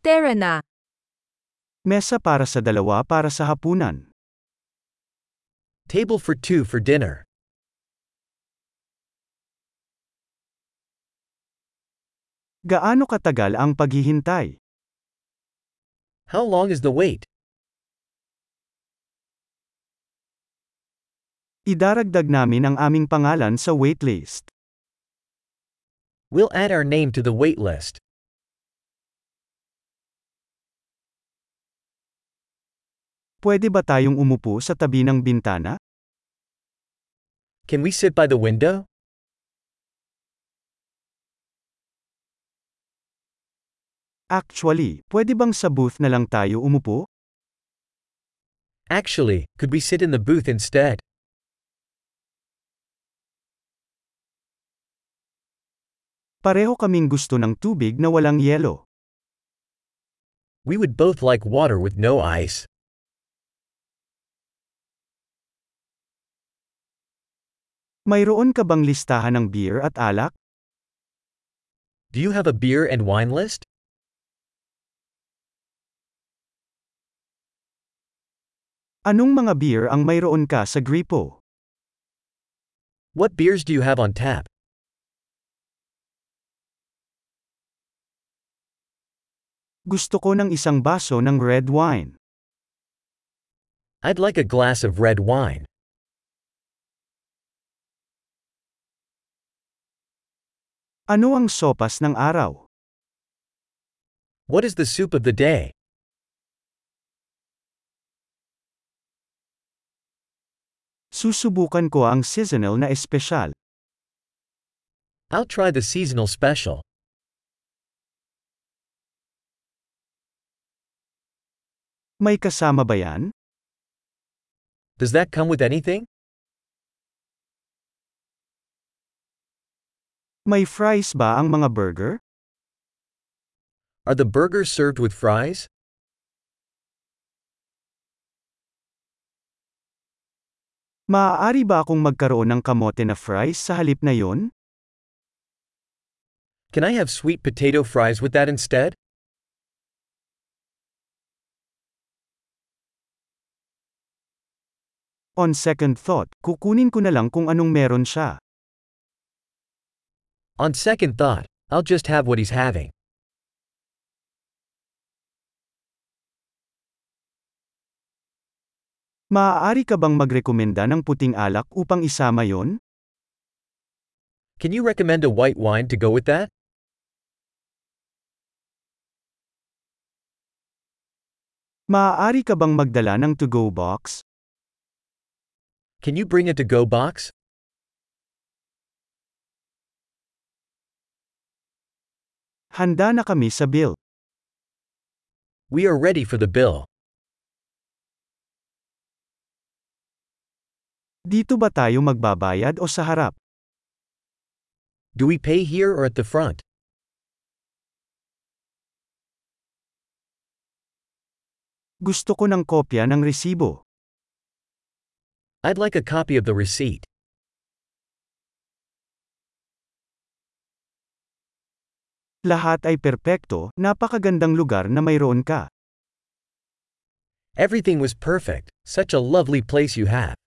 Tara na. Mesa para sa dalawa para sa hapunan. Table for two for dinner. Gaano katagal ang paghihintay? How long is the wait? Idaragdag namin ang aming pangalan sa waitlist. We'll add our name to the wait list. Pwede ba tayong umupo sa tabi ng bintana? Can we sit by the window? Actually, pwede bang sa booth na lang tayo umupo? Actually, could we sit in the booth instead? Pareho kaming gusto ng tubig na walang yelo. We would both like water with no ice. Mayroon ka bang listahan ng beer at alak? Do you have a beer and wine list? Anong mga beer ang mayroon ka sa gripo? What beers do you have on tap? Gusto ko ng isang baso ng red wine. I'd like a glass of red wine. Ano ang sopas ng araw? What is the soup of the day? Susubukan ko ang seasonal na espesyal. I'll try the seasonal special. May kasama ba yan? Does that come with anything? May fries ba ang mga burger? Are the burgers served with fries? Maaari ba akong magkaroon ng kamote na fries sa halip na yon? Can I have sweet potato fries with that instead? On second thought, kukunin ko na lang kung anong meron siya. On second thought, I'll just have what he's having. Maaari ka bang magrekomenda ng puting alak upang isama yon? Can you recommend a white wine to go with that? Maaari ka bang magdala ng to-go box? Can you bring a to go box? Handa na kami sa bill. We are ready for the bill. Dito ba tayo magbabayad o sa harap? Do we pay here or at the front? Gusto ko ng kopya ng resibo. I'd like a copy of the receipt. Lahat ay perpekto, napakagandang lugar na mayroon ka. Everything was perfect, such a lovely place you have.